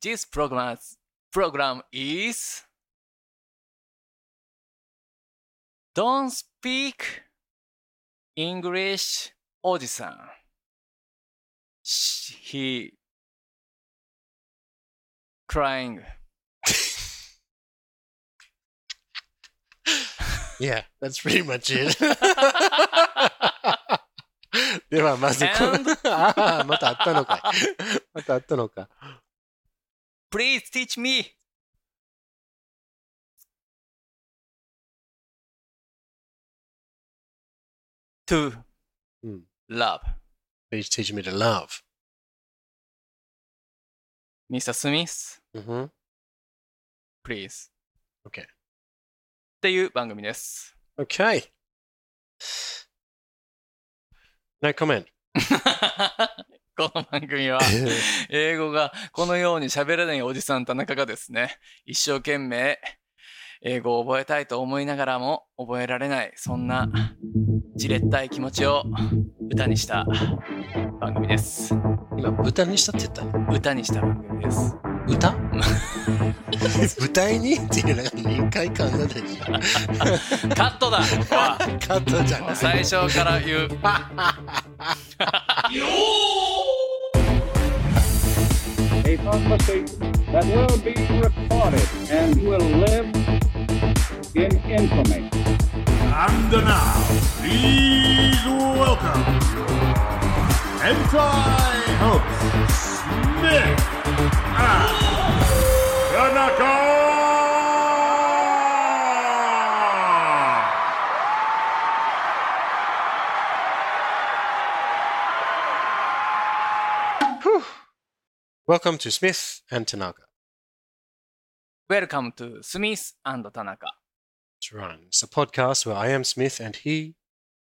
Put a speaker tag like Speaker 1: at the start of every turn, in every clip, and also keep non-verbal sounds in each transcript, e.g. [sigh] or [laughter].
Speaker 1: This program, program is Don't speak English おじさん。He crying.
Speaker 2: Yeah, that's pretty much it. [laughs] では、まずこ [laughs] の
Speaker 1: And-
Speaker 2: あ Ah, あ、またあったのかい。 [laughs] またあったのか。
Speaker 1: Please teach me. と
Speaker 2: うん。
Speaker 1: love.
Speaker 2: Please teach me to love.
Speaker 1: Mr. Smith,
Speaker 2: うんふん
Speaker 1: please.
Speaker 2: Okay.
Speaker 1: っていう番組です。
Speaker 2: Okay. No comment.
Speaker 1: [laughs]
Speaker 2: Ah,
Speaker 1: この番組は英語がこのように喋れないおじさん田中がですね、一生懸命英語を覚えたいと思いながらも覚えられない、そんなじれったい気持ちを歌にした番組です。
Speaker 2: 今、豚にしたって言っ
Speaker 1: [laughs]
Speaker 2: たの
Speaker 1: 歌にした番組です。
Speaker 2: 歌豚にっていうのが臨界感がでしょ。
Speaker 1: カットだ [laughs] ここは
Speaker 2: カットじゃない。
Speaker 1: 最初から言う。
Speaker 3: a prophecy that will be recorded and will live in infamy.
Speaker 4: And now, please welcome Hentai Host Smith and Tanaka!
Speaker 2: Welcome to Smith and Tanaka.
Speaker 1: Welcome to Smith and Tanaka.
Speaker 2: It's Ryan. It's a podcast where I am Smith and he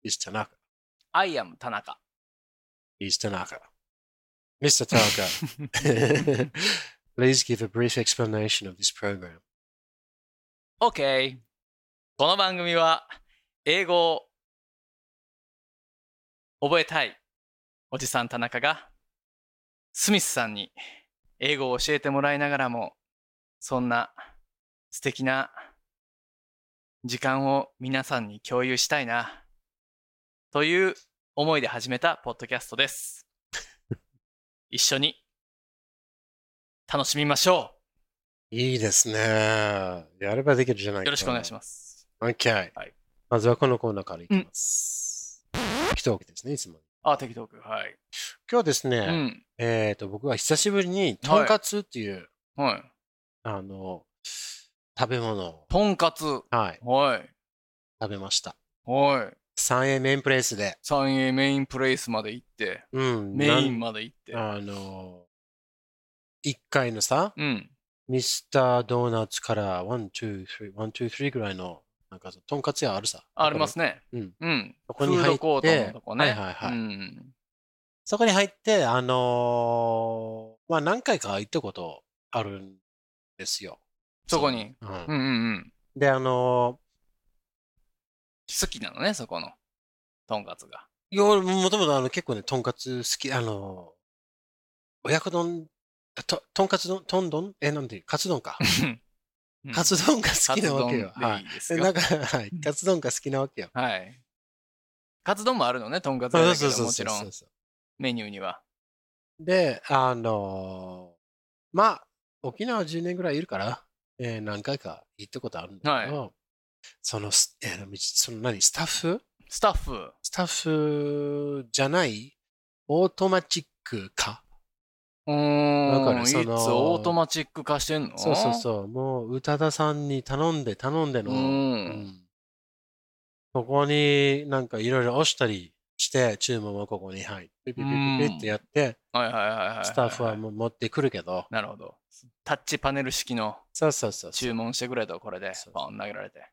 Speaker 2: is Tanaka.
Speaker 1: I am 田中。
Speaker 2: He's Tanaka.
Speaker 1: [laughs]
Speaker 2: Mr. Tanaka, please give a brief explanation of this program.
Speaker 1: OK。この番組は英語を覚えたいおじさん田中がスミスさんに英語を教えてもらいながらもそんな素敵な時間を皆さんに共有したいなという思いで始めたポッドキャストです。 [laughs] 一緒に楽しみましょ。
Speaker 2: いいですね。やればできるじゃないうか。
Speaker 1: よろしくお願いします。
Speaker 2: Okay.
Speaker 1: はい
Speaker 2: まずはこのコーナーからいきます。一人ですね、いつも。
Speaker 1: あ、テキトーク。はい。
Speaker 2: 今日ですね、
Speaker 1: うん。
Speaker 2: えっ、と、僕は久しぶりに、とんかつっていう、
Speaker 1: はい。
Speaker 2: あの、食べ物を、
Speaker 1: とんかつ。
Speaker 2: はい、
Speaker 1: はい。
Speaker 2: 食べました。
Speaker 1: はい。
Speaker 2: 三円麺プレイスで、
Speaker 1: 三栄メインプレイスまで行って、
Speaker 2: うん、
Speaker 1: メイン
Speaker 2: な
Speaker 1: まで行って。
Speaker 2: んあの、1階のさ、
Speaker 1: うん。
Speaker 2: ミスタードーナツから、ワン、ツー、スリー、ワン、ツー、スリーぐらいの、なんか、とんかつ屋あるさ。
Speaker 1: ありますね。
Speaker 2: うん。
Speaker 1: うん。
Speaker 2: そこに入
Speaker 1: フード
Speaker 2: って
Speaker 1: コートのとこね。
Speaker 2: はいはいはい
Speaker 1: うん。
Speaker 2: そこに入って、あのーまあ何回か行ったことあるんですよ。
Speaker 1: そこに。
Speaker 2: うん
Speaker 1: うんうんうん。
Speaker 2: で、あの
Speaker 1: 好きなのね、そこの。とんかつ
Speaker 2: [laughs]
Speaker 1: が。
Speaker 2: ーいや俺もともとあの結構ね、とんかつ好き、あのー親子丼、あととんかつ丼、とん丼え、なんていう、カツ丼か。
Speaker 1: うん
Speaker 2: カツ丼が好きなわけ
Speaker 1: カ
Speaker 2: よ。
Speaker 1: ツ丼
Speaker 2: は
Speaker 1: でい
Speaker 2: い。
Speaker 1: いです
Speaker 2: で
Speaker 1: よ
Speaker 2: なんか、はい、カツ丼が好きなわけよ。
Speaker 1: はい。カツ丼もあるのね、とんかつ
Speaker 2: そ
Speaker 1: 屋
Speaker 2: う
Speaker 1: だけ
Speaker 2: そうそ
Speaker 1: ど、
Speaker 2: う
Speaker 1: もち
Speaker 2: そう
Speaker 1: ろ
Speaker 2: そ
Speaker 1: ん
Speaker 2: う。そう。
Speaker 1: メニューには。
Speaker 2: で、あのーまあ、沖縄10年ぐらいいるから、えー何回か行ったことあるんだけど、そのス、えーみその何、スタッフ
Speaker 1: スタッフ。
Speaker 2: スタッフじゃない、オートマチック化。
Speaker 1: うー
Speaker 2: わ
Speaker 1: ん。い
Speaker 2: かる
Speaker 1: つ
Speaker 2: その
Speaker 1: オートマチック化してんの
Speaker 2: そうそうそう、もう宇多田さんに頼んで頼んでの、
Speaker 1: う。
Speaker 2: うんんここになんかいろいろ押したりして、注文もここに入って、ピピピピピってやって、
Speaker 1: はいはいはいはいはい。
Speaker 2: スタッフはもう持ってくるけど、
Speaker 1: なるほど。タッチパネル式の
Speaker 2: そうそうそうそう。
Speaker 1: 注文してくれと、これで
Speaker 2: そう、
Speaker 1: ポン投げられて。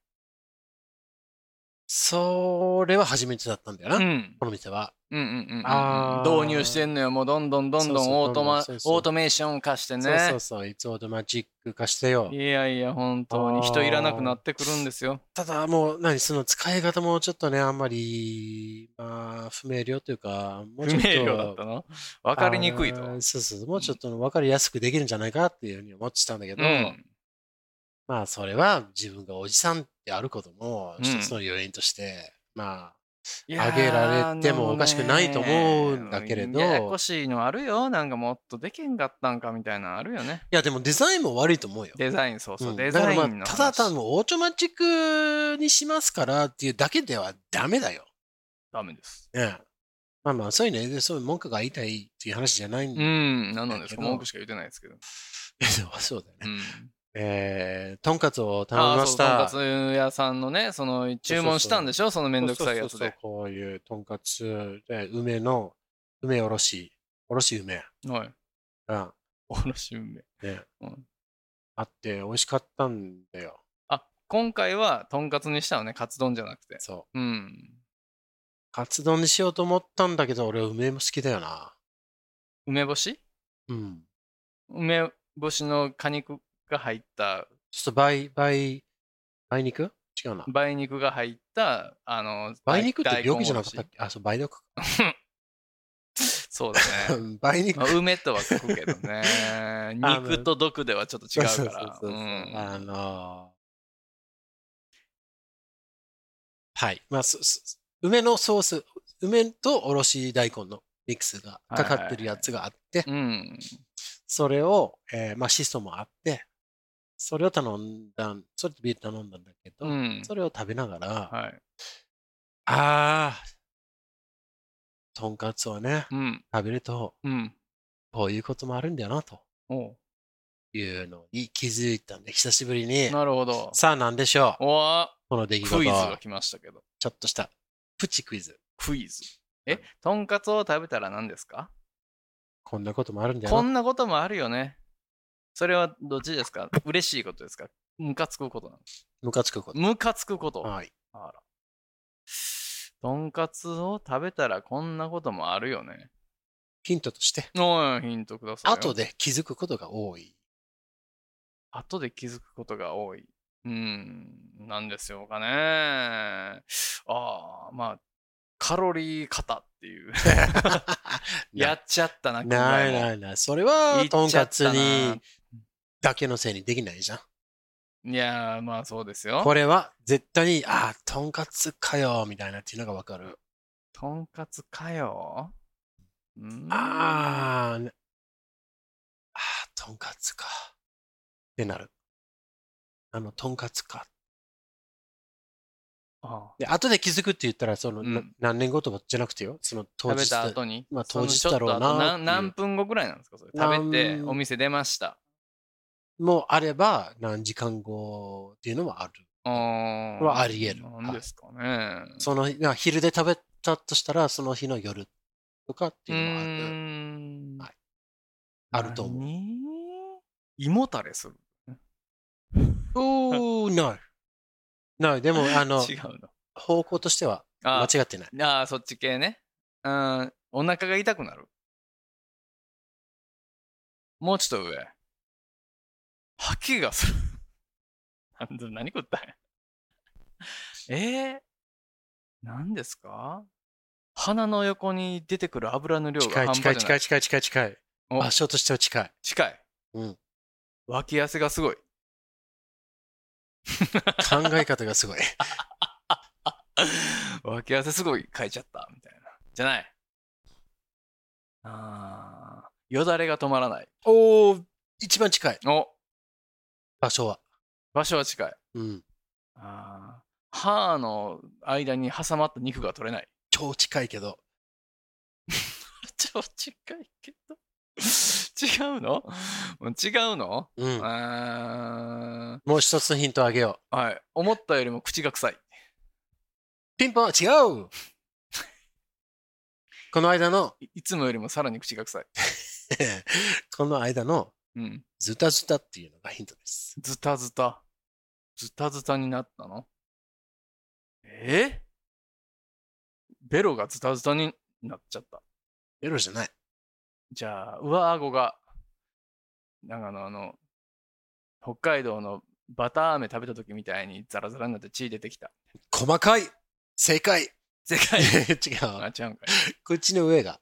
Speaker 2: それは初めてだったんだよな、
Speaker 1: うん。
Speaker 2: この店は。
Speaker 1: うんうんうんうん
Speaker 2: あー
Speaker 1: 導入してんのよ。もうどんどんどんど
Speaker 2: そうそうん
Speaker 1: オートマ、オ
Speaker 2: そうそう
Speaker 1: ートメーション化してね。
Speaker 2: そうそうそう、いつオートマチック化してよ。
Speaker 1: いやいや、本当
Speaker 2: あ
Speaker 1: に
Speaker 2: ー
Speaker 1: 人いらなくなってくるんですよ。
Speaker 2: ただもう、何、その使い方もちょっとね、あんまり、まあ、不明瞭というか、もう
Speaker 1: 不
Speaker 2: ちょ
Speaker 1: 明瞭
Speaker 2: っと。
Speaker 1: だったの分かりにくいと。
Speaker 2: あーそうそう、もうちょっと分かりやすくできるんじゃないかっていうふうに思ってたんだけど、
Speaker 1: うん。
Speaker 2: まあ、それは自分がおじさんであることも、
Speaker 1: うん
Speaker 2: 一つの要因として、まあ、
Speaker 1: いやー
Speaker 2: あげられてもおかしくないと思うんだけれど
Speaker 1: あのねややこしいのあるよ。なんかもっとできんかったんかみたいなのあるよね。
Speaker 2: いや、でもデザインも悪いと思うよ。
Speaker 1: デザイン、そうそう、
Speaker 2: うん
Speaker 1: デザイ
Speaker 2: だから
Speaker 1: ン
Speaker 2: ま
Speaker 1: の
Speaker 2: あ、
Speaker 1: 話。
Speaker 2: ただ単にオートマチックにしますからっていうだけではダメだよ。
Speaker 1: ダメです。
Speaker 2: ね、まあまあ、そういうね、でそういう文句が言いたいっていう話じゃないん
Speaker 1: う
Speaker 2: で、
Speaker 1: ん、何なんですか
Speaker 2: だけど
Speaker 1: 文句しか言ってないですけど。
Speaker 2: [laughs] そうだよね。
Speaker 1: うん。
Speaker 2: えー、とんかつを頼
Speaker 1: あ
Speaker 2: み
Speaker 1: あ
Speaker 2: ま
Speaker 1: そ
Speaker 2: し
Speaker 1: う、とん
Speaker 2: た。
Speaker 1: かつ屋さんのね、その、注文したんでしょそのめんどくさいやつ
Speaker 2: そうそうそう
Speaker 1: で。
Speaker 2: こういうとんかつで、梅の、梅おろし、おろし梅
Speaker 1: はい。 [laughs]
Speaker 2: が、
Speaker 1: おろし梅。
Speaker 2: ね
Speaker 1: うん
Speaker 2: あって美味しかったんだよ。
Speaker 1: あ、今回はとんかつにしたのね、カツ丼じゃなくて。
Speaker 2: そう。
Speaker 1: うん。
Speaker 2: カツ丼にしようと思ったんだけど、俺梅も好きだよな。
Speaker 1: 梅干し
Speaker 2: うん。
Speaker 1: 梅干しの果肉が入った、
Speaker 2: ちょっと倍、倍、倍肉違うな。
Speaker 1: 梅肉が入った、あの、
Speaker 2: 梅肉って
Speaker 1: 大
Speaker 2: 病気じゃなかった
Speaker 1: 大
Speaker 2: っ
Speaker 1: 根
Speaker 2: けあ、そう、梅毒。
Speaker 1: [laughs]
Speaker 2: [laughs]
Speaker 1: そうだね。
Speaker 2: 梅肉
Speaker 1: まあ、梅とは書くけどね。
Speaker 2: [laughs] あの
Speaker 1: 肉と毒ではちょっと違
Speaker 2: そうう
Speaker 1: から。
Speaker 2: そうそうそううそうんあのーはい。まあ、そそ梅のソース、梅とおろし大根のミックスがかかってるやつがあって、
Speaker 1: うん。
Speaker 2: それを、えーまあ、シソもあって、それを頼んだん、それとビール頼んだんだけど、
Speaker 1: うん。
Speaker 2: それを食べながら、あ
Speaker 1: はい。
Speaker 2: あー、とんかつをね、
Speaker 1: うん。
Speaker 2: 食べると、
Speaker 1: うん。
Speaker 2: こういうこともあるんだよな、と
Speaker 1: おう
Speaker 2: いうのに気づいたんで、久しぶりに、
Speaker 1: なるほど。
Speaker 2: さあ何でしょう
Speaker 1: おわ
Speaker 2: この出来事。
Speaker 1: クイズが来ましたけど。
Speaker 2: ちょっとしたプチクイズ。
Speaker 1: クイズ。え、とんかつを食べたら何ですか
Speaker 2: こんなこともあるんだよ
Speaker 1: こ
Speaker 2: な。
Speaker 1: んなこともあるよね。それはどっちですか嬉しいことですかムカつくことなの
Speaker 2: ムカつくこと。
Speaker 1: ムカつくこと。
Speaker 2: はい。
Speaker 1: あら。とんかつを食べたらこんなこともあるよね。
Speaker 2: ヒントとして、
Speaker 1: おい、ヒントくださいよ。
Speaker 2: 後で気づくことが多い。
Speaker 1: 後で気づくことが多い。うん、なんでしょうかね。ああ、まあ、カロリー型って
Speaker 2: [laughs]
Speaker 1: いう。 [laughs] やっちゃったな、
Speaker 2: ない
Speaker 1: い。
Speaker 2: ないない。それは、と
Speaker 1: 言
Speaker 2: ん
Speaker 1: っちゃ
Speaker 2: か
Speaker 1: っ
Speaker 2: つ
Speaker 1: たな
Speaker 2: にだけのせいにできないじゃん。
Speaker 1: いやー、まあそうですよ
Speaker 2: こ。れは絶対に、ああ、とんかつかよ、みたいなっていうのがわかる。
Speaker 1: とんかつかよ。うん、
Speaker 2: ああ、ねああ、とんかつか。ってなる。あの、とんかつか。
Speaker 1: あ
Speaker 2: で、後で気づくって言ったら、その、
Speaker 1: うん
Speaker 2: な何年後とかじゃなくてよ。その当
Speaker 1: 食べ
Speaker 2: 日
Speaker 1: た
Speaker 2: だ
Speaker 1: 後に、
Speaker 2: まあ
Speaker 1: その
Speaker 2: 当日だろ
Speaker 1: ちょ
Speaker 2: うな
Speaker 1: っと後
Speaker 2: ってい
Speaker 1: 何
Speaker 2: う
Speaker 1: 何分後ぐらいなんですかそれ食べて
Speaker 2: 何
Speaker 1: お店出ました。
Speaker 2: もあれば、何時間後っていうのもある。
Speaker 1: は
Speaker 2: はあり得る
Speaker 1: なんですかね。
Speaker 2: その日、まあ昼で食べたとしたら、その日の夜とかって
Speaker 1: う
Speaker 2: いうのもある。
Speaker 1: ーん
Speaker 2: はいあると思う
Speaker 1: 何胃もたれする。
Speaker 2: おー、ない。ない。でも、あの、
Speaker 1: [laughs] 違うの。
Speaker 2: 方向としては
Speaker 1: あ
Speaker 2: 間違ってない。
Speaker 1: あー、そっち系ね。うん、お腹が痛くなる。もうちょっと上。吐き気がする。 [laughs] なんだ何食ったんや。 [laughs] えー、何ですか鼻の横に出てくる油の量が
Speaker 2: 近い
Speaker 1: 半端じ
Speaker 2: 近
Speaker 1: ゃないい。
Speaker 2: 近い近い近い近い。
Speaker 1: お
Speaker 2: 場所としては近い。
Speaker 1: 近い。
Speaker 2: うん
Speaker 1: 脇汗がすごい。 [laughs]
Speaker 2: 考え方
Speaker 1: [laughs]
Speaker 2: がすごい。
Speaker 1: 脇汗すごいかいちゃった、みたいな。じゃない。あーよだれが止まらない。
Speaker 2: おー、一番近い。
Speaker 1: お
Speaker 2: 場所は。
Speaker 1: 場所は近い。
Speaker 2: うん。
Speaker 1: あー歯の間に挟まった肉が取れ [laughs] ない。
Speaker 2: 超近いけど。
Speaker 1: 超近いけど。違うのもう違うの、
Speaker 2: うん。
Speaker 1: あ
Speaker 2: もう一つのヒントあげよう。
Speaker 1: ーはい。思ったよりも口が臭い。
Speaker 2: ピンポン違
Speaker 1: [laughs]
Speaker 2: うこの間の、 [laughs]
Speaker 1: いいつもよりもさらに口が臭い。
Speaker 2: この間の
Speaker 1: うん。
Speaker 2: ズタズタっていうのがヒントです。
Speaker 1: ズタズタ。ズタズタになったのええベロがズタズタになっちゃった。
Speaker 2: ベロじゃない。
Speaker 1: じゃあ、上顎が、なんかあの、あの、北海道のバター飴食べた時みたいにザラザラになって血出てきた。
Speaker 2: 細かい正解
Speaker 1: 世界
Speaker 2: [laughs] 違
Speaker 1: あ、
Speaker 2: う。
Speaker 1: 違うんかい。
Speaker 2: 口の上が、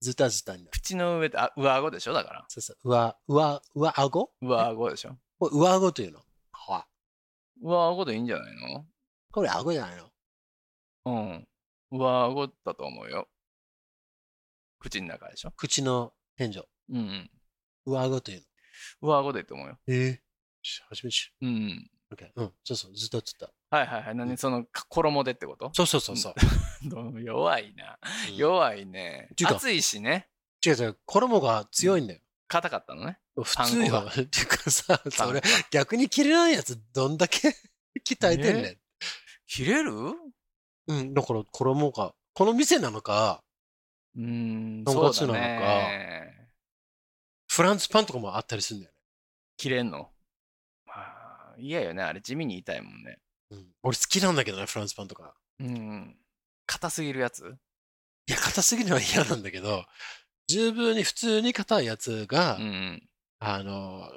Speaker 2: ズタズタになる。
Speaker 1: 口の上って、あ、上顎でしょだから。
Speaker 2: そうそう。上、上、上顎
Speaker 1: 上顎でしょ
Speaker 2: これ上顎というの。は
Speaker 1: 上顎でいいんじゃないの
Speaker 2: これ顎じゃないの
Speaker 1: うん。上顎だと思うよ。口の中でしょ
Speaker 2: 口の天井。
Speaker 1: うんうん。
Speaker 2: 上顎というの。
Speaker 1: 上顎でいいと思うよ。
Speaker 2: ええし初めて知
Speaker 1: うんうん。
Speaker 2: る OK うん。そうそう。ずっとずっと。
Speaker 1: はいはいはい。何その、か衣でってこと [laughs]
Speaker 2: そうそうそうそう。
Speaker 1: 弱いな。
Speaker 2: うん
Speaker 1: 弱いね
Speaker 2: て。いうか
Speaker 1: 暑いしね。
Speaker 2: 違う違う。衣が強いんだよ。
Speaker 1: 硬かったのね。
Speaker 2: 普通
Speaker 1: パン
Speaker 2: よ。っていうかさ、
Speaker 1: パン
Speaker 2: それ、逆に切れないやつ、どんだけ [laughs] 鍛えてんねん。
Speaker 1: ね切れるう
Speaker 2: うん。だから、衣が、この店なのか、
Speaker 1: ーん、
Speaker 2: とん
Speaker 1: そ
Speaker 2: か
Speaker 1: う
Speaker 2: つな
Speaker 1: だ
Speaker 2: のか
Speaker 1: ね。
Speaker 2: フランスパンとかもあったりするんだよね。
Speaker 1: 切れんのまあ嫌よね。あれ地味に痛いもんね。
Speaker 2: うん。俺好きなんだけどね、フランスパンとか。
Speaker 1: うん。硬すぎるやつ
Speaker 2: いや、硬すぎるのは嫌なんだけど、十分に普通に硬いやつ
Speaker 1: う
Speaker 2: が、
Speaker 1: ん。
Speaker 2: あの、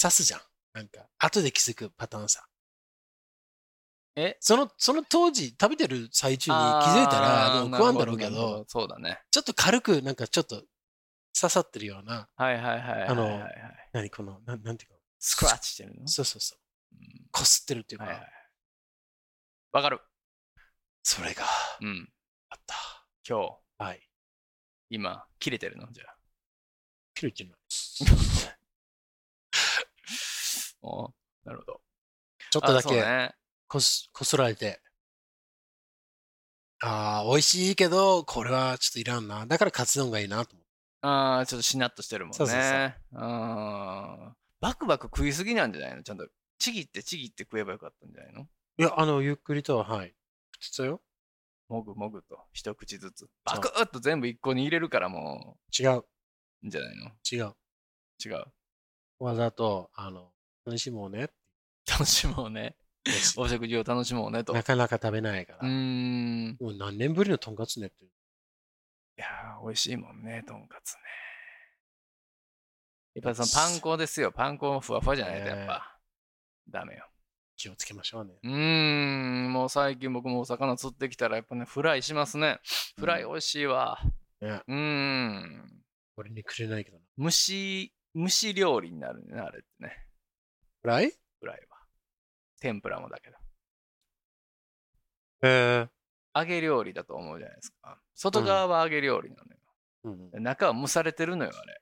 Speaker 2: 刺すじゃん。なんか、後で気づくパターンさ。
Speaker 1: え
Speaker 2: その、その当時、食べてる最中に気づいたら、
Speaker 1: あー
Speaker 2: もう食わんだろうけ
Speaker 1: なるほ
Speaker 2: ど、
Speaker 1: そうだね。
Speaker 2: ちょっと軽く、なんかちょっと刺さってるような、
Speaker 1: はいはいはいはいはい。
Speaker 2: あの
Speaker 1: はいはい
Speaker 2: 何この、なんなんていうか、
Speaker 1: スクラッチしてるの
Speaker 2: そうそうそう
Speaker 1: うん、
Speaker 2: こすってるっていうか、
Speaker 1: はいはい。わかる。
Speaker 2: それが
Speaker 1: うん。
Speaker 2: あった。
Speaker 1: 今日、
Speaker 2: はい。
Speaker 1: 今、切れてるのじゃあ。
Speaker 2: ピルチンの
Speaker 1: おなるほど。
Speaker 2: ちょっとだ
Speaker 1: あそう
Speaker 2: け
Speaker 1: ね。
Speaker 2: こす、こすられて、ああ、美味しいけど、これはちょっといらんな。だからカツ丼がいいなと思って。
Speaker 1: ああ、ちょっとしなっとしてるもんね。
Speaker 2: そうそうそう
Speaker 1: あーバクバク食いすぎなんじゃないのちゃんと、ちぎってちぎって食えばよかったんじゃないの
Speaker 2: いや、あの、ゆっくりとは、はい。普通だよ。
Speaker 1: もぐもぐと、一口ずつ。バクッと全部一個に入れるからも
Speaker 2: 違う、
Speaker 1: う、いいんじゃないの
Speaker 2: 違う。
Speaker 1: 違う。
Speaker 2: わざと、あの、楽しもうね。
Speaker 1: 楽しもうね。お食事を楽しもうねと。
Speaker 2: な
Speaker 1: う
Speaker 2: かなか食べないか
Speaker 1: ー
Speaker 2: ら。
Speaker 1: ん。
Speaker 2: もう何年ぶりのとんかつねって。
Speaker 1: いやー、美味しいもんね、とんかつね。やっぱそのパン粉ですよ。パン粉もふわふわじゃないと、やっぱ。ダメよ。
Speaker 2: 気をつけましょうね。
Speaker 1: うーん、もう最近僕もお魚釣ってきたら、やっぱね、フライしますね。フライ美味しいわ。
Speaker 2: ね
Speaker 1: うーん。
Speaker 2: 俺にくれないけどな。
Speaker 1: 蒸し、蒸し料理になるね、あれってね。
Speaker 2: フライ
Speaker 1: フライは。天ぷらもだけど。
Speaker 2: え
Speaker 1: 揚げ料理だと思うじゃないですか。外側は揚げ料理なのよ。
Speaker 2: えうんうん。
Speaker 1: 中は蒸されてるのよ、あれ。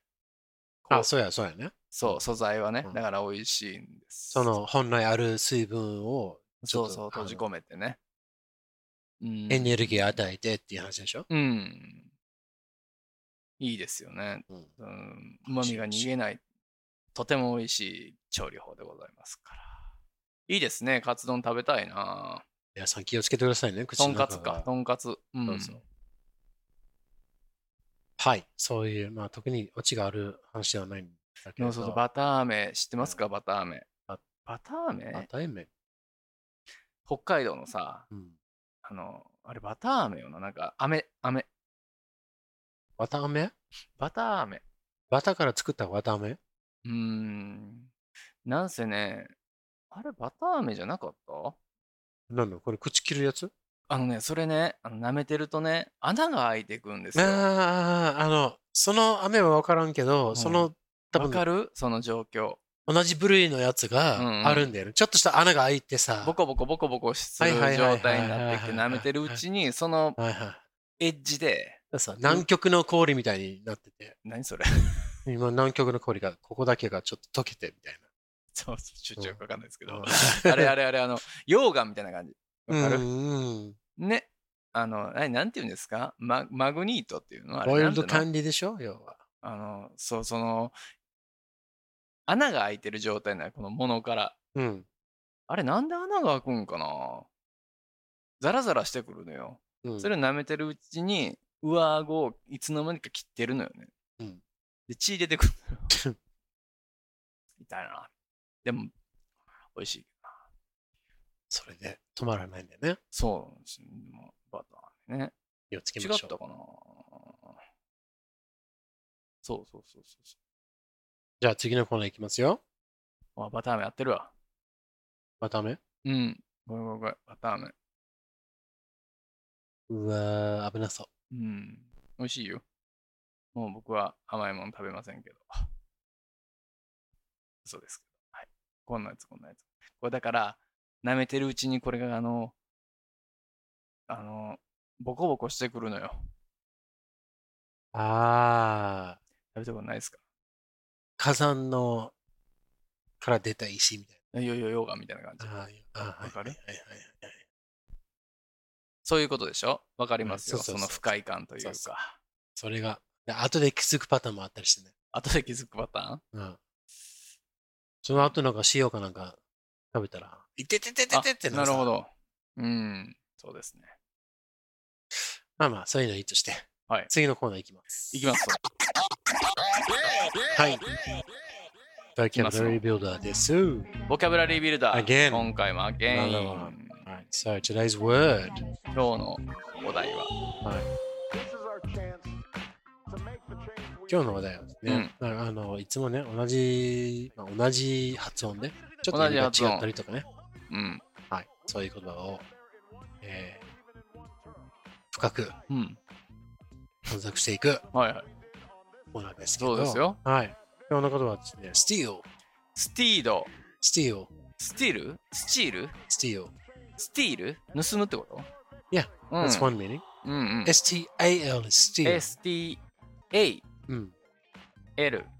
Speaker 1: こう
Speaker 2: あ、そうや、そうやね。
Speaker 1: そう、素材はね
Speaker 2: うん。
Speaker 1: だから美味しいんです。
Speaker 2: その、本来ある水分を、ち
Speaker 1: そ
Speaker 2: ょっ
Speaker 1: う
Speaker 2: と
Speaker 1: そう、
Speaker 2: あの
Speaker 1: 閉じ込めてね。うん。
Speaker 2: エネルギー与えてっていう話でしょ。
Speaker 1: うん。いいですよね。
Speaker 2: うん。
Speaker 1: うん。旨味が逃げない、とても美味しい調理法でございますから。いいですね。カツ丼食べたいな。
Speaker 2: 皆さん気をつけてくださいね、口
Speaker 1: とん
Speaker 2: の中
Speaker 1: か
Speaker 2: が
Speaker 1: つか、とんかつ。うん。
Speaker 2: そうそうはい。そういう、まあ、特にオチがある話ではないんだ
Speaker 1: そ
Speaker 2: けど。
Speaker 1: うそうそうバター飴、知ってますか、
Speaker 2: う
Speaker 1: バター飴。
Speaker 2: バ
Speaker 1: バター
Speaker 2: バ
Speaker 1: 飴
Speaker 2: ター麺。
Speaker 1: 北海道のさ、
Speaker 2: うん。
Speaker 1: あの、あれバター飴よな。なんか、飴、飴。
Speaker 2: バター飴
Speaker 1: バター飴。
Speaker 2: バターから作ったバター飴
Speaker 1: うーん。なんせね、あれバター飴じゃなかった
Speaker 2: なんだこれ口切るやつ
Speaker 1: あのね、それね、あの舐めてるとね、穴が開いてくんですよ。わ
Speaker 2: ああ、あの、その飴は分からんけど、
Speaker 1: ん
Speaker 2: その、多分
Speaker 1: か、るその状況。
Speaker 2: 同じ部類のやつ
Speaker 1: うんうん
Speaker 2: があるんだよね。ちょっとした穴が開いてさ。
Speaker 1: ボコボコボコボコする
Speaker 2: はいはいはいはい
Speaker 1: 状態になってきて、舐めてるうちに、その
Speaker 2: はいはい。
Speaker 1: エッジで、
Speaker 2: さ南極の氷みたいになってて、
Speaker 1: 何それ [laughs]
Speaker 2: 今南極の氷がここだけがちょっと溶けてみたい
Speaker 1: ちょちょちょよくわかんないですけど。
Speaker 2: な。
Speaker 1: あれあれあれ、あの、溶岩みたいな感じ。わか
Speaker 2: う
Speaker 1: る
Speaker 2: んうん。
Speaker 1: ね。あの、あれなんて言うんですかママグニートっていうのあれ
Speaker 2: オイ
Speaker 1: な
Speaker 2: ル
Speaker 1: んてい
Speaker 2: ド
Speaker 1: うの
Speaker 2: 管理でしょ要は。
Speaker 1: あの、そう、その、穴が開いてる状態なのこのものから。
Speaker 2: うん。
Speaker 1: あれ、なんで穴が開くんかなザラザラしてくるのよ。
Speaker 2: うん
Speaker 1: それを舐めてるうちに、上顎をいつの間にか切ってるのよね。
Speaker 2: うん
Speaker 1: で、血出てくるの
Speaker 2: [laughs]
Speaker 1: よ。痛いな。でも、美味しい。
Speaker 2: それで止まらないんだよね。
Speaker 1: そうなんですよ。まあバターね。
Speaker 2: 気をつけ
Speaker 1: 違
Speaker 2: ま
Speaker 1: っ
Speaker 2: しょう
Speaker 1: た。かなそうそうそうそうそ
Speaker 2: じゃあ次のコーナーいきますよ。
Speaker 1: う。あ、バター飴やってるわ。
Speaker 2: また目。
Speaker 1: うん。ごめんごめんごめん。バター飴。
Speaker 2: うわー、危なそう。
Speaker 1: うん。美味しいよ。もう僕は甘いもの食べませんけど。そうですけど。はい。こんなやつ、こんなやつ。これだから、舐めてるうちにこれがあの、あの、ボコボコしてくるのよ。
Speaker 2: あー、
Speaker 1: 食べたことないですか
Speaker 2: 火山のから出た石みたい
Speaker 1: ヨヨヨーガみたいな感じ。
Speaker 2: な。あーあーはい
Speaker 1: わかる
Speaker 2: はいはいはいはい
Speaker 1: そういうことでしょわかりますよ。
Speaker 2: うんそ
Speaker 1: そ
Speaker 2: うそう
Speaker 1: の
Speaker 2: そう
Speaker 1: 不快感という
Speaker 2: そう
Speaker 1: か。
Speaker 2: そうそれが、で後で気づくパターンもあったりしてね。
Speaker 1: 後で気づくパターン
Speaker 2: うん。その後なんか塩かなんか食べたら、いてててててって
Speaker 1: あなるほ
Speaker 2: ど。
Speaker 1: ど。うん。そうですね。
Speaker 2: まあまあ、そういうのいいとして。
Speaker 1: はい
Speaker 2: 次のコーナーいきます。
Speaker 1: いきます。
Speaker 2: はい。バキ
Speaker 1: き
Speaker 2: ャ
Speaker 1: ます
Speaker 2: ブラリービルダーです。
Speaker 1: ボキャブラリービルダー。
Speaker 2: Again
Speaker 1: 今回も again。
Speaker 2: Another one. Alright, so today's word.
Speaker 1: 今日のお題は。
Speaker 2: 今日の話題はですね、ああのいつもね、同じ、まあ、同じ発音で、ちょっと意味が違ったりとかね、
Speaker 1: うん。
Speaker 2: はい、そういう言葉を、えー深く
Speaker 1: うん。
Speaker 2: 探索していく
Speaker 1: はいはい。
Speaker 2: ものなんですけ
Speaker 1: そ
Speaker 2: ど、
Speaker 1: うですよ。
Speaker 2: はい、今日の言葉はですね、steal,
Speaker 1: スティード。
Speaker 2: steal,
Speaker 1: スティールスチール
Speaker 2: steal.
Speaker 1: スティール盗むってこと
Speaker 2: Yeah,
Speaker 1: うん。
Speaker 2: That's one meaning.
Speaker 1: うんうん。
Speaker 2: S-T-A-L is steal.
Speaker 1: STAL。
Speaker 2: うん。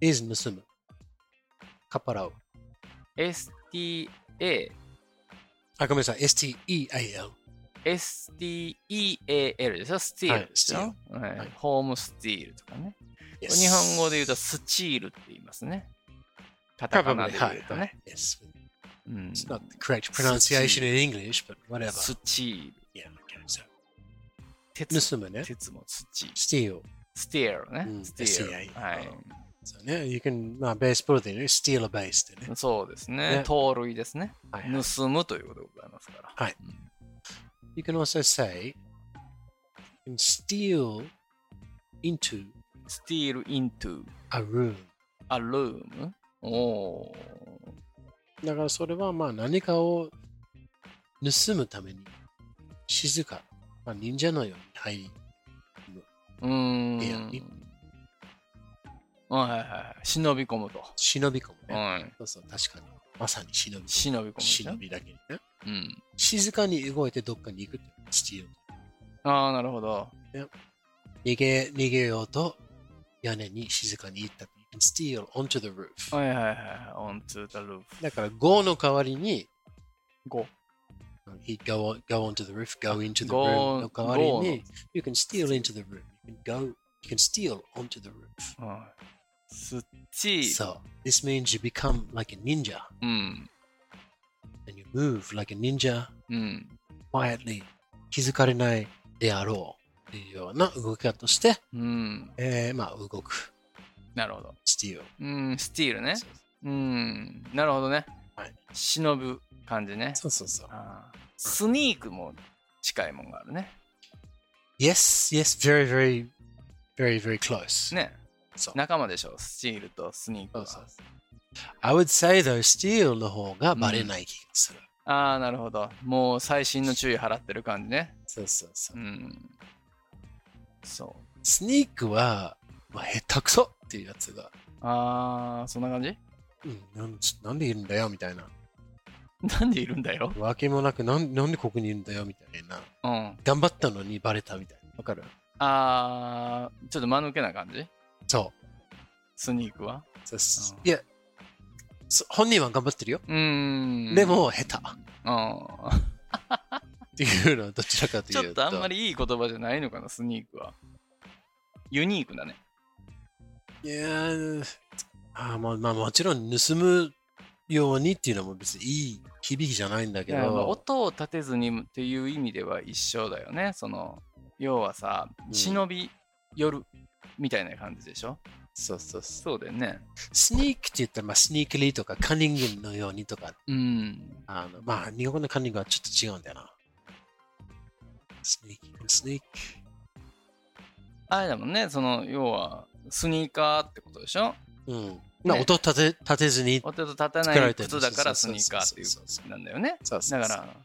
Speaker 2: is 盗む。カッパラを。
Speaker 1: STA。
Speaker 2: あ、ごめんなさい。S-T-E-A-L。
Speaker 1: STEAL でしょスティールでしょ、
Speaker 2: は
Speaker 1: はいい
Speaker 2: はい
Speaker 1: ホームスティールとかね。
Speaker 2: Yes.
Speaker 1: 日本語で言うとスチールって言いますね。カタカナ
Speaker 2: Probably,
Speaker 1: で
Speaker 2: は
Speaker 1: 言
Speaker 2: い。
Speaker 1: うとね。
Speaker 2: Yes.
Speaker 1: うん、
Speaker 2: It's
Speaker 1: ス
Speaker 2: not the correct pronunciation in English, but whatever.
Speaker 1: チール。
Speaker 2: Yeah, okay, so.
Speaker 1: 鉄
Speaker 2: 盗むね。
Speaker 1: 鉄も土。
Speaker 2: steal.
Speaker 1: スティール
Speaker 2: う
Speaker 1: ね。
Speaker 2: ん
Speaker 1: スティー
Speaker 2: STA
Speaker 1: ル。はい。
Speaker 2: そうね。You can, まあ、ベースボールでね、steal a base で
Speaker 1: [laughs]
Speaker 2: ね。
Speaker 1: そうです
Speaker 2: ね
Speaker 1: ね。盗塁ですね。
Speaker 2: はいはい
Speaker 1: 盗むということでございますから。
Speaker 2: はい
Speaker 1: うん。
Speaker 2: You can also say, you can steal into
Speaker 1: steal into
Speaker 2: a room.
Speaker 1: a room. おー
Speaker 2: だからそれはまあ何かを盗むために静か、まあ、忍者のように入り、
Speaker 1: うーん。
Speaker 2: いやい
Speaker 1: はいはいはい。忍び込むと。
Speaker 2: 忍び込むね。
Speaker 1: はい。
Speaker 2: そうそう、確かに。まさに忍び込
Speaker 1: 忍び込む
Speaker 2: む。
Speaker 1: でしょ
Speaker 2: 忍。びだけにね。
Speaker 1: うん。
Speaker 2: 静かに動いてどっかに行くっていうのが steal。
Speaker 1: ああ、なるほど。
Speaker 2: 逃げ、逃げようと屋根に静かに行った。You can steal onto the roof。
Speaker 1: はいはいはいはい。onto the roof。
Speaker 2: だから go の代わりに、
Speaker 1: 5。
Speaker 2: he go, on, go onto the roof, go into the
Speaker 1: Go
Speaker 2: room の代わり
Speaker 1: go
Speaker 2: に、you can steal into the room. You can go, you can steal onto the roof.
Speaker 1: はい。スチール。
Speaker 2: So, this means you become like a ninja
Speaker 1: うん。
Speaker 2: and you move like a ninja
Speaker 1: うん。
Speaker 2: quietly. 気づかれないであろうっていうような動き方として、
Speaker 1: うん。
Speaker 2: えー、まあ動く。
Speaker 1: なるほど。
Speaker 2: steal.
Speaker 1: うん、スティールね。うん。なるほどね。
Speaker 2: はい
Speaker 1: 忍ぶ感じね。
Speaker 2: そうそうそう。
Speaker 1: あースニークも近いもんがあるね。
Speaker 2: Yes, yes, very, very, very, very close.
Speaker 1: ね。
Speaker 2: そう
Speaker 1: 仲間でしょ。スチールとスニークは。
Speaker 2: そう I would say though, steal の方がバレない気がする。
Speaker 1: ああ、なるほど。もう最新の注意払ってる感じね。
Speaker 2: そうそうそう
Speaker 1: う。ん。そ
Speaker 2: スニークは、まあ、下手くそっていうやつが、
Speaker 1: う。ああ、そんな感じ [laughs]
Speaker 2: うん、なんちなんでいるんだよみたいな。
Speaker 1: なんでいるんだよ。
Speaker 2: わけもなくなん、なんでここにいるんだよみたいな。
Speaker 1: うん。
Speaker 2: 頑張ったのにバレたみたいな。わかる
Speaker 1: あー、ちょっと間抜けな感じ
Speaker 2: そう。
Speaker 1: スニークは。
Speaker 2: そうす
Speaker 1: うん
Speaker 2: いや、そ本人は頑張ってるよ。
Speaker 1: うーん。
Speaker 2: で、も、下手っ
Speaker 1: うん。
Speaker 2: ていうのはどちらかという
Speaker 1: ち
Speaker 2: と。
Speaker 1: ょっとあんまりいい言葉じゃないのかな、スニークは。ユニークだね。
Speaker 2: いやーあーまあ、まあもちろん盗むようにっていうのも別にいい響きじゃないんだけ
Speaker 1: いやまあ
Speaker 2: ど、
Speaker 1: 音を立てずにっていう意味では一緒だよね。その、要はさ
Speaker 2: う、ん
Speaker 1: 忍び寄るみたいな感じでしょ、
Speaker 2: そうそうそう。
Speaker 1: そうだよね。
Speaker 2: スニークって言ったら、まあ、スニークリーとか、カンニングのようにとか、
Speaker 1: うん。
Speaker 2: あのまあ、日本語のカンニングはちょっと違うんだよな。スニーク、スニーク。
Speaker 1: あれだもんね、その、要は、スニーカーってことでしょ
Speaker 2: うん。まあ、
Speaker 1: ね
Speaker 2: 音立て立てずに。
Speaker 1: 音と立たな
Speaker 2: 作ら
Speaker 1: い
Speaker 2: れてる
Speaker 1: 靴だからス
Speaker 2: そう
Speaker 1: ニーカーっていう
Speaker 2: そうそうそうそう
Speaker 1: なんだよね。
Speaker 2: そうそう
Speaker 1: だ
Speaker 2: そう
Speaker 1: から、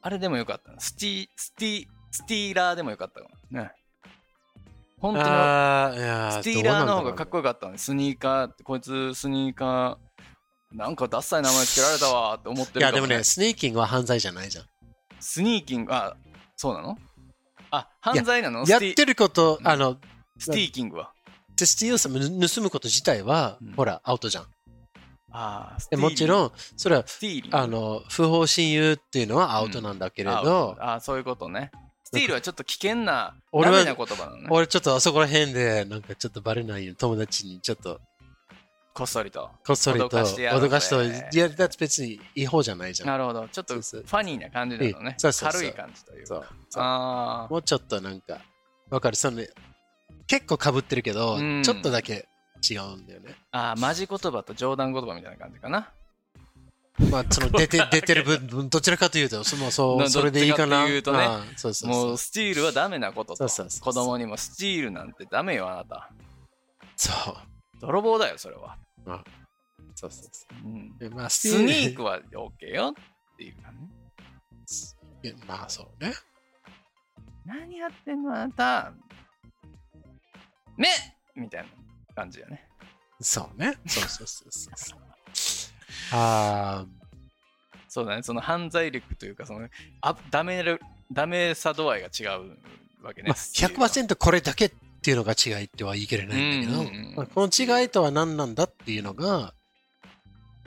Speaker 1: あれでもよかったな。スティ、スティ、スティーラーでもよかったかも。ね。本当の
Speaker 2: あーいや
Speaker 1: スティーラーの方がかっこ
Speaker 2: よ
Speaker 1: よかったのに、スニーカーって、こいつスニーカー、なんかダッサい名前つけられたわーって思って
Speaker 2: い
Speaker 1: る
Speaker 2: や、
Speaker 1: か
Speaker 2: でも
Speaker 1: も、ね。
Speaker 2: ね、スニーキングは犯罪じゃないじゃん。
Speaker 1: スニーキング、あ、そうなのあ、犯罪なの
Speaker 2: や
Speaker 1: ス
Speaker 2: っ
Speaker 1: ティ
Speaker 2: てること
Speaker 1: う、ん
Speaker 2: あの、
Speaker 1: スティーキングは。
Speaker 2: テスティーさ盗むこと自体は
Speaker 1: うん、
Speaker 2: ほら、アウトじゃん。
Speaker 1: ああ、ステ
Speaker 2: で
Speaker 1: ィーリン
Speaker 2: もちろん、それは、
Speaker 1: スティーリング
Speaker 2: あの、不法侵入っていうのはアウトなんだけれど、
Speaker 1: ああ、そういうことね。スティールはちょっと危険な、
Speaker 2: 俺
Speaker 1: ダ
Speaker 2: は
Speaker 1: メな言葉なのね。
Speaker 2: 俺ちょっとあそこら辺で、なんかちょっとバレないように友達にちょっと
Speaker 1: こっそりと。
Speaker 2: こっそりと
Speaker 1: 脅かしてやろうぜ
Speaker 2: 脅かしといやだって別に違法じゃないじゃん。
Speaker 1: なるほど。ちょっと
Speaker 2: そ
Speaker 1: フ
Speaker 2: うそう
Speaker 1: ァニーな感じなのね。
Speaker 2: そうそうそう
Speaker 1: 軽い感じというか。
Speaker 2: そうそう
Speaker 1: ああ、
Speaker 2: もうちょっとなんか、わかる、その結構かぶってるけど、
Speaker 1: うん
Speaker 2: ちょっとだけ違うんだよね。
Speaker 1: ああ、マジ言葉と冗談言葉みたいな感じかな。
Speaker 2: まあ、その出
Speaker 1: [laughs]
Speaker 2: て出てる分分、どちらかというと、そもそ
Speaker 1: な
Speaker 2: もそれでいいかな。
Speaker 1: どっちかっていうとね
Speaker 2: ああそうそうそ
Speaker 1: も
Speaker 2: う
Speaker 1: うスチールはダメなこと
Speaker 2: そ
Speaker 1: と。
Speaker 2: うそうそう
Speaker 1: 子供にもスチールなんてダメよ、あなた。
Speaker 2: そう
Speaker 1: 泥棒だよ、それは。
Speaker 2: そうそうそ
Speaker 1: うん
Speaker 2: う。でまあ、
Speaker 1: スニークは OK よっていうかね。
Speaker 2: いやまあ、そうね。
Speaker 1: 何やってんの、あなた。目みたいな感じやね。
Speaker 2: そうね。そうそうそうそう
Speaker 1: [laughs]
Speaker 2: そう。あー
Speaker 1: そうだね、その犯罪力というか、そのあダメるダメさ度合いが違うわけね。
Speaker 2: まあ、100%これだけっていうのが違いっては言い切れないんだけど、
Speaker 1: うんうんうん
Speaker 2: まあ、この違いとは何なんだっていうのが、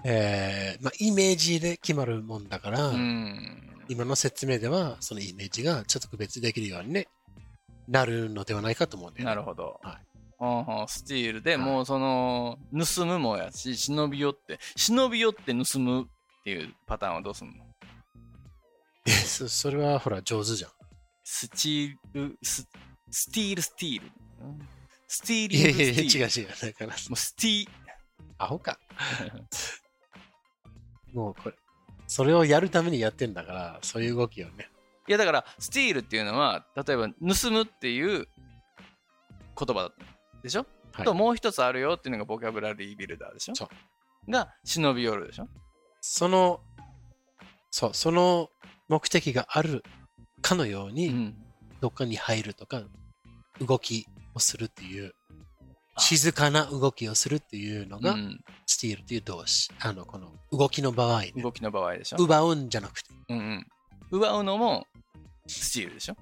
Speaker 2: えーまあ、イメージで決まるもんだから、
Speaker 1: うん。
Speaker 2: 今の説明ではそのイメージがちょっと区別できるように、ね、なるのではないかと思うんだよね
Speaker 1: なるほど。
Speaker 2: はい
Speaker 1: うんうんスチールで
Speaker 2: はい
Speaker 1: もうその、盗むもやし、忍び寄って、忍び寄って盗むっていうパターンはどうすんの
Speaker 2: そそれはほら上手じゃん。
Speaker 1: スチール、ススティール、スティール。うんスティーリ
Speaker 2: い
Speaker 1: ン
Speaker 2: や
Speaker 1: グ、
Speaker 2: いやいや
Speaker 1: スティール
Speaker 2: 違う違う。だから
Speaker 1: もうスティー、
Speaker 2: ア
Speaker 1: [laughs]
Speaker 2: ホか。もうこれ、それをやるためにやってんだから、そういう動きをね。
Speaker 1: いやだから、スティールっていうのは、例えば、盗むっていう言葉だったでしょ、
Speaker 2: はい
Speaker 1: と、もう一つあるよっていうのがボキャブラリービルダーでしょ
Speaker 2: そ
Speaker 1: が、忍び寄るでしょ
Speaker 2: その、そう、その目的があるかのよう
Speaker 1: う
Speaker 2: に、
Speaker 1: ん。
Speaker 2: どっかに入るとか、動きをするっていう、
Speaker 1: あ
Speaker 2: 静かな動きをするっていうの
Speaker 1: う
Speaker 2: が、
Speaker 1: ん、
Speaker 2: スティールっていう動詞。あの、この動きの場合ね、
Speaker 1: 動きの場合でしょ
Speaker 2: 奪うんじゃなくて、
Speaker 1: うんうん。奪うのも、スチールでしょ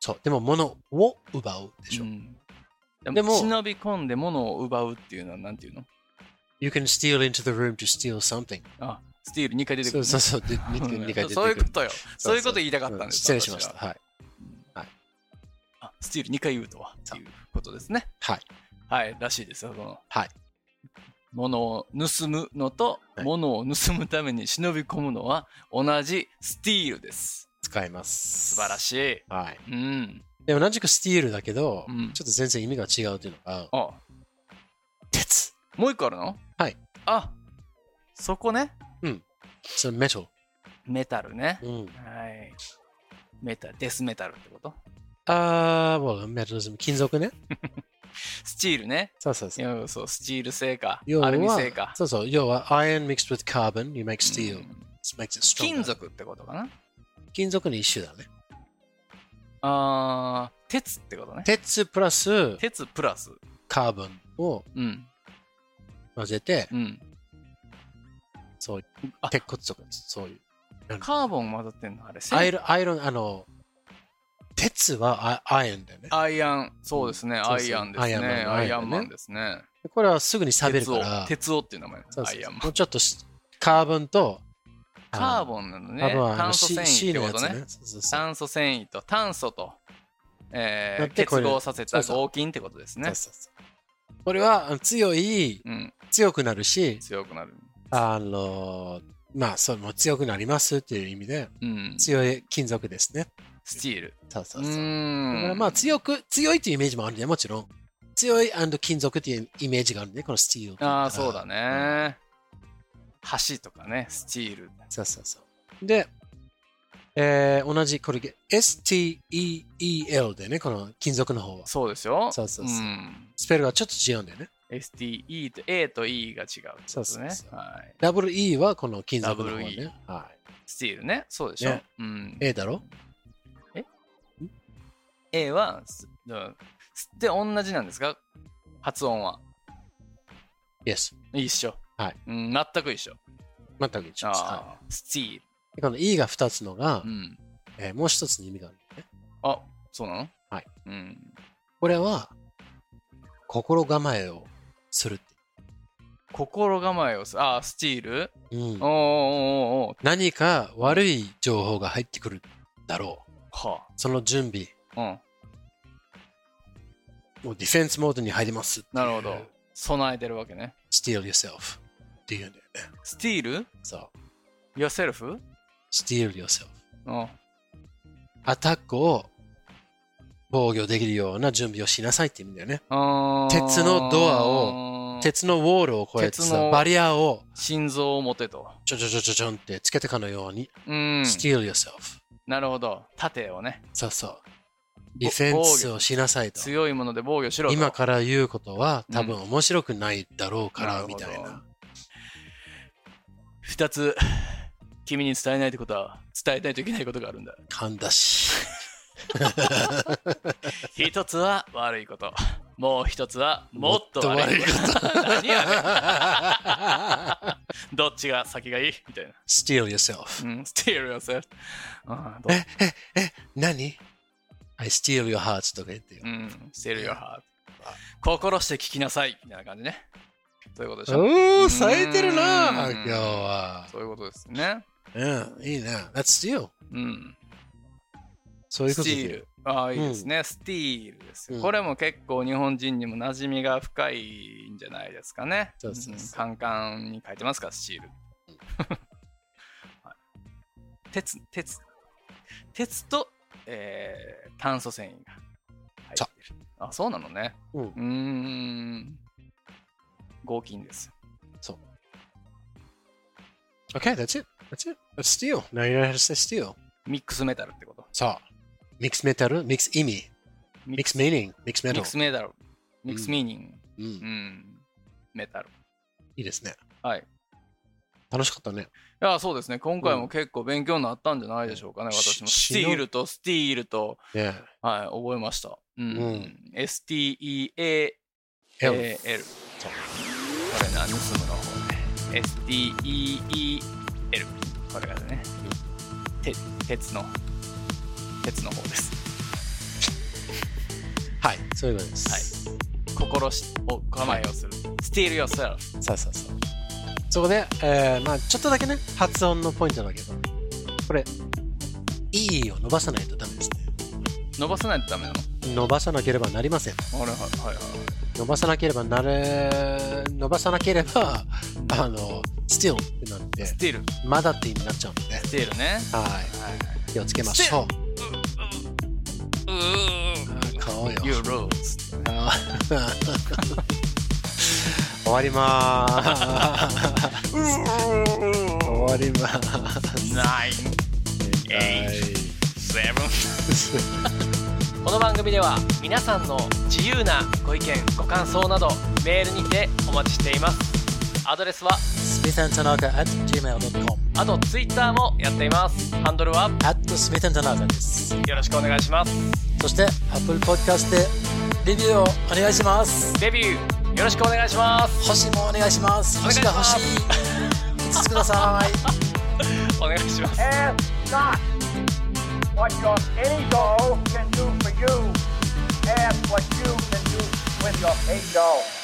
Speaker 2: そう、でも物を奪うでしょ。
Speaker 1: うんで
Speaker 2: で
Speaker 1: も
Speaker 2: も
Speaker 1: 忍び込んで物を奪うっていうのはなんていうの
Speaker 2: You can steal into the room to steal something.
Speaker 1: あスティール2回出てく
Speaker 2: そう
Speaker 1: る
Speaker 2: そうそう、で二回
Speaker 1: うん
Speaker 2: 二回出てくる
Speaker 1: [laughs] そういうことよそういうこと言いたかったん
Speaker 2: う
Speaker 1: です
Speaker 2: 失礼しまし
Speaker 1: 私
Speaker 2: た。
Speaker 1: は
Speaker 2: はい。
Speaker 1: あスティール2回言うとはっていうことですね
Speaker 2: はい。
Speaker 1: はいらしいですよその
Speaker 2: はい
Speaker 1: 物を盗むのと
Speaker 2: はい
Speaker 1: 物を盗むために忍び込むのは同じスティールです
Speaker 2: 使います。
Speaker 1: 素晴ら
Speaker 2: い。
Speaker 1: しい
Speaker 2: はい。
Speaker 1: うん
Speaker 2: でも同じくスティールだけど、
Speaker 1: うん
Speaker 2: ちょっと全然意味が違うというのが、
Speaker 1: あ
Speaker 2: 鉄。
Speaker 1: もう一個あるの
Speaker 2: はい
Speaker 1: あそこね
Speaker 2: そのメタル。
Speaker 1: メタルね
Speaker 2: うん。
Speaker 1: はいメタデスメタルってこと
Speaker 2: あー、well, メタルズム。金属ね。
Speaker 1: スチールね
Speaker 2: そうそうそう。
Speaker 1: うん、そう、スチール製か、
Speaker 2: 要
Speaker 1: アルミ
Speaker 2: は
Speaker 1: 製か。
Speaker 2: そうそう。要は、iron mixed with carbon, you
Speaker 1: う
Speaker 2: make steel.、
Speaker 1: ん
Speaker 2: makes it stronger.
Speaker 1: 金属ってことかな
Speaker 2: 金属の一種だね。
Speaker 1: あー、鉄ってことね。
Speaker 2: 鉄プラス
Speaker 1: 鉄プラス。
Speaker 2: カーボンを
Speaker 1: うん、
Speaker 2: 混ぜて、
Speaker 1: うん。
Speaker 2: そういう
Speaker 1: あ、
Speaker 2: 鉄骨とか、そういう。
Speaker 1: カーボン混ざってんのあれ、
Speaker 2: アイロン、アイロン、あの、鉄はアイアンだよね。
Speaker 1: アイアン、そうですね、
Speaker 2: そうそう
Speaker 1: アイアンですね。
Speaker 2: アイアンマンの
Speaker 1: アイアンマ
Speaker 2: アイアン
Speaker 1: ン
Speaker 2: ね
Speaker 1: ですね。
Speaker 2: これはすぐに錆びる
Speaker 1: 鉄
Speaker 2: か
Speaker 1: を
Speaker 2: ら、、
Speaker 1: 鉄をっていう名前
Speaker 2: そう
Speaker 1: ア
Speaker 2: そう
Speaker 1: イアンマン。
Speaker 2: もうちょっとしカーボンと、
Speaker 1: カー
Speaker 2: ン
Speaker 1: ボンなの
Speaker 2: カ
Speaker 1: ね
Speaker 2: ーボン。はあの
Speaker 1: 炭素
Speaker 2: C-
Speaker 1: 繊
Speaker 2: C
Speaker 1: 維って
Speaker 2: の
Speaker 1: こ
Speaker 2: や
Speaker 1: と
Speaker 2: つ
Speaker 1: ね。
Speaker 2: ね。そうそうそう
Speaker 1: 炭素繊維と炭素と、え
Speaker 2: だ
Speaker 1: ー、
Speaker 2: ってこ
Speaker 1: 結
Speaker 2: れ
Speaker 1: 合させた
Speaker 2: そうそう
Speaker 1: 合金ってことですね
Speaker 2: そう。そうそうこれはあの強い、
Speaker 1: うん、
Speaker 2: 強くなるし、
Speaker 1: 強くなる。
Speaker 2: あの、まあ、その強くなりますっていう意味で、
Speaker 1: うん、ス
Speaker 2: 強い金属ですね。
Speaker 1: チール。
Speaker 2: そうそううそう。だか
Speaker 1: ー
Speaker 2: ら
Speaker 1: ん。
Speaker 2: まあ、強く、強いっていうイメージもあるね、もちろん。強い金属っていうイメージがあるね、このスチール。
Speaker 1: ああ、そうだ。ね。橋とかね、スチール。
Speaker 2: そうそうそう。で、えー同じこれ STEEL でね、この金属の方は。
Speaker 1: そうですよ。
Speaker 2: そうそうそうんスペルがちょっと違うんだよね。
Speaker 1: STE と A と E が違うってこと
Speaker 2: そうそう
Speaker 1: ね
Speaker 2: そう。
Speaker 1: はい。
Speaker 2: WE はこの金属の方ね。
Speaker 1: WE
Speaker 2: は
Speaker 1: スチールね。そうでしょ。
Speaker 2: ね
Speaker 1: うん
Speaker 2: い、。A だろ
Speaker 1: A は、すうんすで、同じなんですか発音は。
Speaker 2: ?Yes。
Speaker 1: 一緒。
Speaker 2: はい。
Speaker 1: うん、全く一緒。
Speaker 2: 全く一緒です。は
Speaker 1: ああ、スチール。
Speaker 2: いでこの E が2つのが、
Speaker 1: うん。
Speaker 2: えーもう一つの意味がある、ね。
Speaker 1: あ、そうなの
Speaker 2: はい。
Speaker 1: うん。
Speaker 2: これは、心構えをするって
Speaker 1: 心構えをす、ああ、スチール
Speaker 2: いう。
Speaker 1: おーおーお
Speaker 2: うん
Speaker 1: ーおー
Speaker 2: 何か悪い情報が入ってくるだろう。
Speaker 1: は
Speaker 2: その準備、
Speaker 1: あ。うん。
Speaker 2: もうディフェンスモードに入りますっていう。
Speaker 1: なるほど。備えてるわけね。
Speaker 2: steal yourself っていうんだよね。
Speaker 1: スティール
Speaker 2: そう。
Speaker 1: yourself?
Speaker 2: steal yourself。
Speaker 1: うん。
Speaker 2: アタックを防御できるような準備をしなさいって意味だよね。
Speaker 1: あー
Speaker 2: 鉄のドアを鉄のウォールを越えて
Speaker 1: 鉄
Speaker 2: さ
Speaker 1: の
Speaker 2: バリアを
Speaker 1: 心臓を持てと。
Speaker 2: ちょちょちょちょちょんってつけてかのように、
Speaker 1: うん。
Speaker 2: steal yourself。
Speaker 1: なるほど。盾をね、
Speaker 2: そうそう。ディフェンスをしなさいと。
Speaker 1: 強いもので防御しろと。
Speaker 2: 今から言うことは
Speaker 1: うん
Speaker 2: 多分面白くないだろうから、みたい
Speaker 1: るほど
Speaker 2: な。。
Speaker 1: 二つ、君に伝えないってことは、伝えないといけないことがあるんだ。
Speaker 2: 噛んだし。
Speaker 1: 一つは悪いこと。もう一つは [laughs] もっと悪いこと。何やねんどっちが先がいいみたいな。
Speaker 2: [laughs] steal yourself.
Speaker 1: うん、steal yourself. あーどう
Speaker 2: え、え、え、何 ?I steal your heart とか言ってよ
Speaker 1: う。ん、steal your heart. 心して聞きなさいみたいな感じね。そういうことでしょ。
Speaker 2: おー、咲いてるな
Speaker 1: うん
Speaker 2: 今日は。
Speaker 1: そういうことですね。
Speaker 2: うん、いいな。Let's steal.
Speaker 1: うん。
Speaker 2: そういう
Speaker 1: ス
Speaker 2: こと
Speaker 1: テ
Speaker 2: で
Speaker 1: ィール。ああ、いいですね。スティールですよ。これも結構日本人にも馴染みが深いんじゃないですかね。
Speaker 2: そうそうそ
Speaker 1: んカンカンに書いてますから、スチール。 [laughs] はい鉄、鉄、鉄と、えー炭素繊維が入ってる。あ、そうなのね。
Speaker 2: うん
Speaker 1: ーん。合金ですよ。
Speaker 2: Okay, that's it. That's it. Let's steal. Now you know how to say steal.
Speaker 1: ミックスメタルってこと。
Speaker 2: そう。Mix metal, mix 意味。
Speaker 1: ミ
Speaker 2: Mix meaning, mix
Speaker 1: ミ
Speaker 2: metal.
Speaker 1: ックスメタル。ミックスミーニング。
Speaker 2: うん、
Speaker 1: う
Speaker 2: い
Speaker 1: ん。メタル。
Speaker 2: いですね。
Speaker 1: はい。
Speaker 2: 楽しかったね。
Speaker 1: いやそうですね今回も結構勉強になったんじゃないでしょうかね、
Speaker 2: ん
Speaker 1: 私もス
Speaker 2: し
Speaker 1: ティールとスティールと、
Speaker 2: ね
Speaker 1: はい、覚えました、うん
Speaker 2: う
Speaker 1: STEAL、え
Speaker 2: え。
Speaker 1: ー L そうこれな盗むの方ね STEEL これがねて鉄の鉄の方です
Speaker 2: はい。そういうことです。
Speaker 1: 心しを構えをする Steal yourself
Speaker 2: はい。そうそうそう。そこで、えー、まあちょっとだけね、発音のポイントだけど、これ、E を伸ばさないとダメです
Speaker 1: 伸ばさないとダメなの
Speaker 2: ね。伸ばさなければなりません。
Speaker 1: はいはいはいはい
Speaker 2: 伸ばさなければなれ、伸ばさなければ、あの、still ってなって、
Speaker 1: スティール
Speaker 2: まだって意味になっちゃうので、
Speaker 1: スティールね
Speaker 2: はい。
Speaker 1: はいはい
Speaker 2: 気をつけましょう。
Speaker 1: うー
Speaker 2: 買おうよ。
Speaker 1: You rules
Speaker 2: あー [laughs] 終わりまーす。終わりまーす。
Speaker 1: nine,
Speaker 2: はい
Speaker 1: eight, seven. [laughs] この番組では皆さんの自由なご意見ご感想などメールにてお待ちしていますアドレスは
Speaker 2: smithandtanaka.gmail.com
Speaker 1: あとツイッターもやっていますハンドルは
Speaker 2: at smithandtanaka です。
Speaker 1: よろしくお願いします
Speaker 2: そして、Apple Podcast でレビューをお願いします。
Speaker 1: デビューよろしくお願いします
Speaker 2: 星もお願いします。
Speaker 1: 願い
Speaker 2: 星
Speaker 1: し
Speaker 2: が
Speaker 1: ま
Speaker 2: 欲
Speaker 1: す
Speaker 2: しい。5つください。
Speaker 1: お願いします
Speaker 5: Ask not what your ego can do for you. Ask what you can do with your ego.